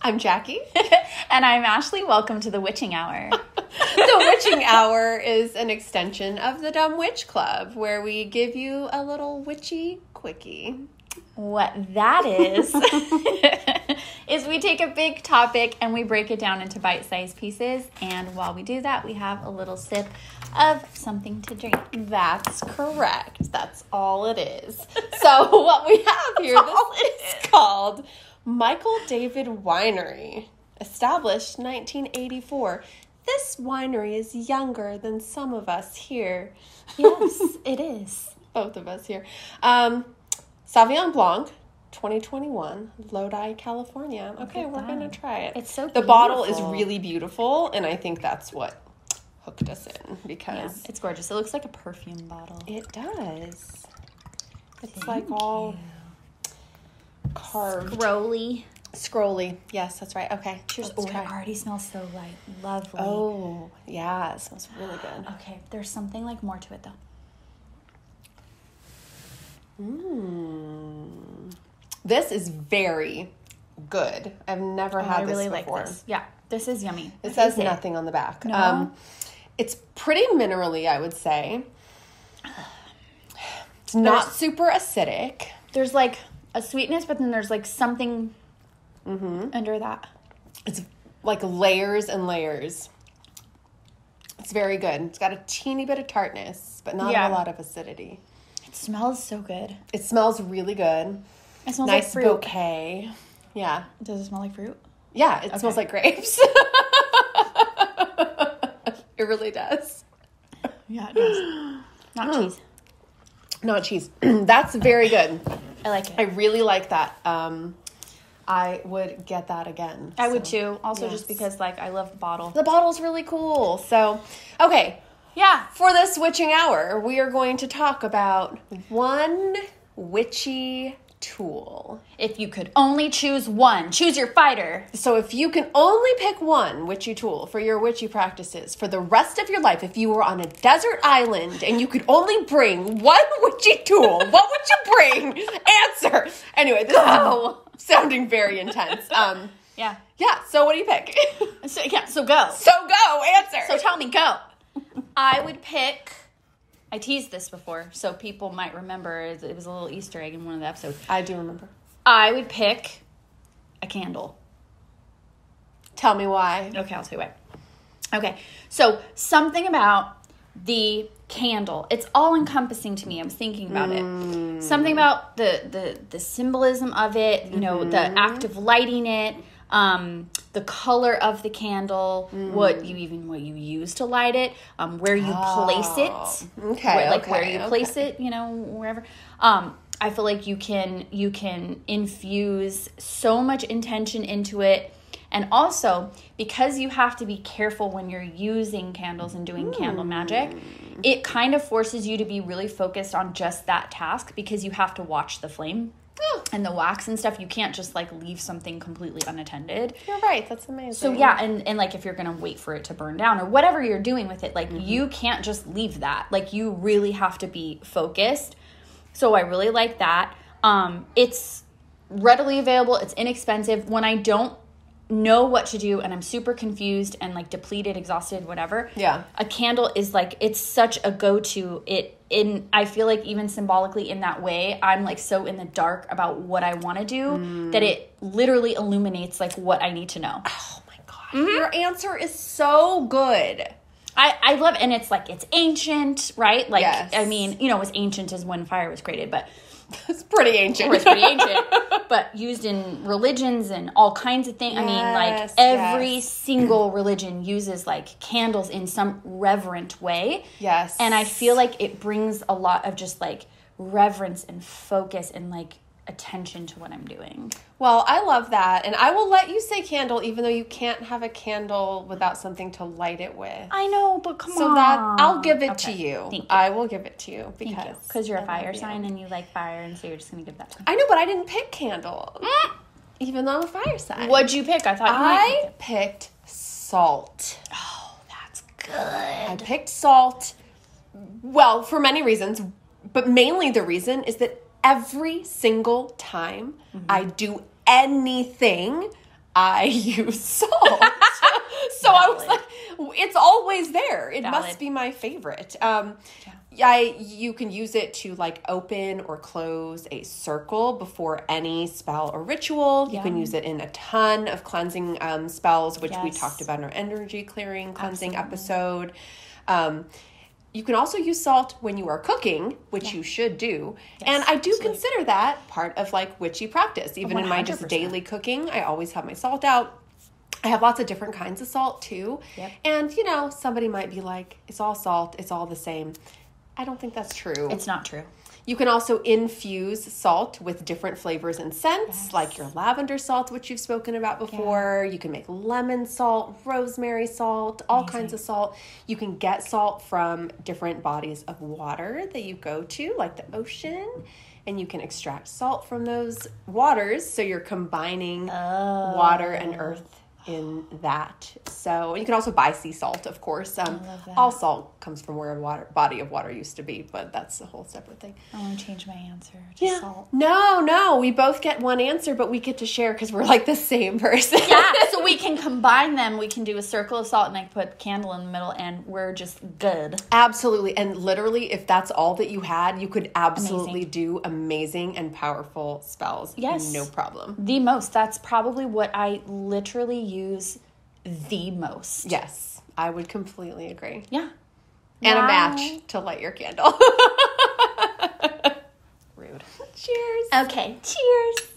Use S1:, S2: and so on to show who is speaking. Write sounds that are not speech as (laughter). S1: I'm Jackie. (laughs)
S2: (laughs) And I'm Ashley. Welcome to the Witching Hour.
S1: the Witching Hour is an extension of the Dumb Witch Club where we give you a little witchy quickie.
S2: what that (laughs) is, is we take a big topic and we break it down into bite sized pieces. And while we do that, we have a little sip of something to drink.
S1: That's correct. That's all it is. So, what we have here this is called Michael David Winery, established 1984. This winery is younger than some of us here.
S2: Yes, it is.
S1: both of us here. Um, Sauvignon Blanc, 2021, Lodi, California. Okay,
S2: at
S1: we're
S2: that.
S1: gonna try it.
S2: It's so
S1: the bottle is
S2: beautiful.
S1: really beautiful, and I think that's what hooked us in
S2: Yeah,
S1: because
S2: it's gorgeous. It looks like a perfume bottle.
S1: it does. It's like all carved,
S2: Growly.
S1: scrolly. Yes, that's right. Okay, cheers.
S2: Oh,
S1: Let's
S2: it
S1: try.
S2: already smells so light. Lovely.
S1: Oh, yeah, it smells really good.
S2: Okay, there's something like more to it though. Mm.
S1: This is very good. I've never
S2: Oh, I
S1: had this
S2: really like
S1: before.
S2: this. Yeah, this is yummy.
S1: It says
S2: Is it?
S1: nothing on the back.
S2: No?
S1: Um, it's pretty minerally, I would say. It's not
S2: There's-
S1: super acidic.
S2: There's like a sweetness, but then there's like something
S1: Mm-hmm.
S2: under that.
S1: It's like layers and layers. It's very good. It's got a teeny bit of tartness, but not
S2: Yeah.
S1: a lot of acidity.
S2: It smells so good.
S1: It smells really good.
S2: It smells
S1: nice
S2: like fruit.
S1: bouquet. Yeah.
S2: Does it smell like fruit?
S1: Yeah, it smells like grapes. (laughs) it really does.
S2: Yeah, it does.
S1: (gasps)
S2: Not cheese.
S1: Not cheese. (clears throat) That's very good.
S2: I like it.
S1: I
S2: I,
S1: really like that. Um, I would get that again.
S2: would
S1: so.
S2: too. Also,
S1: yes.
S2: just because like I love the bottle.
S1: The bottle's really cool. So, okay,
S2: Yeah.
S1: for this witching hour, we are going to talk about one witchy tool.
S2: If you could only choose one, choose your fighter.
S1: So, if you can only pick one witchy tool for your witchy practices for the rest of your life, if you were on a desert island and you could only bring one (laughs) witchy tool, what would you bring? Answer. Anyway, this is sounding very intense. Um,
S2: Yeah.
S1: yeah. So, what do you pick? (laughs)
S2: So yeah. So go.
S1: So go, answer.
S2: So tell me, go. I would pick. I teased this before, so people might remember. It it was a little Easter egg in one of the episodes.
S1: I do remember.
S2: I would pick a candle.
S1: Tell me why.
S2: Okay, I'll tell you why. Okay, so something about the candle. It's all encompassing to me. I was thinking about
S1: Mm.
S2: it. Something about the the the symbolism of it. You know, the
S1: Mm-hmm.
S2: act of lighting it. Um, the color of the candle,
S1: Mm.
S2: what you even what you use to light it, um, where you place it,
S1: Oh. okay,
S2: where- like where
S1: okay,
S2: you
S1: okay.
S2: place it, you know, wherever. Um, I feel like you can you can infuse so much intention into it, and also because you have to be careful when you're using candles and doing candle magic, it kind of forces you to be really focused on just that task because you have to watch the flame. And the wax and stuff, you can't just like leave something completely unattended.
S1: You're right. That's amazing.
S2: So yeah, and, and like if you're gonna wait for it to burn down or whatever you're doing with it, like
S1: Mm-hmm.
S2: you can't just leave that. Like you really have to be focused. So I really like that. Um, it's readily available. It's inexpensive. When I don't know what to do and I'm super confused and like depleted, exhausted, whatever.
S1: Yeah.
S2: A candle is like it's such a go-to. It in I feel like even symbolically in that way, I'm like so in the dark about what I want to do that it literally illuminates like what I need to know.
S1: Mm. Oh my god. Your answer is so good.
S2: I, I love and it's like it's ancient, right? Like
S1: Yes.
S2: I mean, you know, as ancient as when fire was created, but
S1: (laughs) It's pretty ancient.
S2: it's pretty (laughs) ancient. But used in religions and all kinds of things. I mean, like
S1: Yes,
S2: every
S1: yes.
S2: single religion uses like candles in some reverent way.
S1: (laughs) Yes.
S2: And I feel like it brings a lot of just like reverence and focus and like attention to what I'm doing.
S1: Well, I love that. And I will let you say candle even though you can't have a candle without something to light it with.
S2: I know, but come on.
S1: So that I'll give it to
S2: Okay,
S1: you.
S2: Thank you.
S1: I will give it to you because
S2: Thank you. Because you're
S1: I
S2: a
S1: love
S2: fire
S1: you.
S2: sign and you like fire and so you're just gonna give that to me.
S1: I know, but I didn't pick candle. Even though I'm a fire sign.
S2: What'd you pick? I thought you might-
S1: I picked salt.
S2: That's good.
S1: I picked salt. Well, for many reasons, but mainly the reason is that every single time I do anything, I (laughs) use salt. so I was
S2: Valid.
S1: like, it's always there. It
S2: Valid.
S1: must be my favorite. Um, I you can use it to like open or close a circle before any spell or ritual. You can
S2: Yeah.
S1: use it in a ton of cleansing um, spells, which we
S2: Yes.
S1: talked about in our energy clearing cleansing episode. Um, you can also use salt when you are cooking, which you should do. and I do consider that part of like witchy practice. Even in my just
S2: 100%.
S1: daily cooking, I always have my salt out. I have lots of different kinds of salt too.
S2: Yep.
S1: And you know, somebody might be like, it's all salt, it's all the same. I don't think that's true.
S2: It's not true.
S1: you can also infuse salt with different flavors and scents, like your lavender salt, which you've spoken about before. You can make lemon salt, rosemary salt, all kinds of salt. You can get salt from different bodies of water that you go to, like the ocean, and you can extract salt from those waters. So you're combining water and earth in that. So you can also buy sea salt, of course. Um, all salt comes from where a water body of water used to be, but that's a whole separate thing.
S2: I want to change my answer to
S1: Yeah.
S2: salt.
S1: No, no, we both get one answer, but we get to share because we're like the same (laughs) person.
S2: Yeah, so we can combine them. We can do a circle of salt, and I can put candle in the middle, and we're just good.
S1: Absolutely. And literally, if that's all that you had, you could absolutely
S2: Amazing.
S1: do amazing and powerful spells.
S2: Yes.
S1: No problem.
S2: The most. That's probably what I literally use the most.
S1: Yes, I would completely agree.
S2: Yeah.
S1: And a
S2: Wow.
S1: match to light your (laughs) candle. Rude. Cheers.
S2: Okay. Cheers.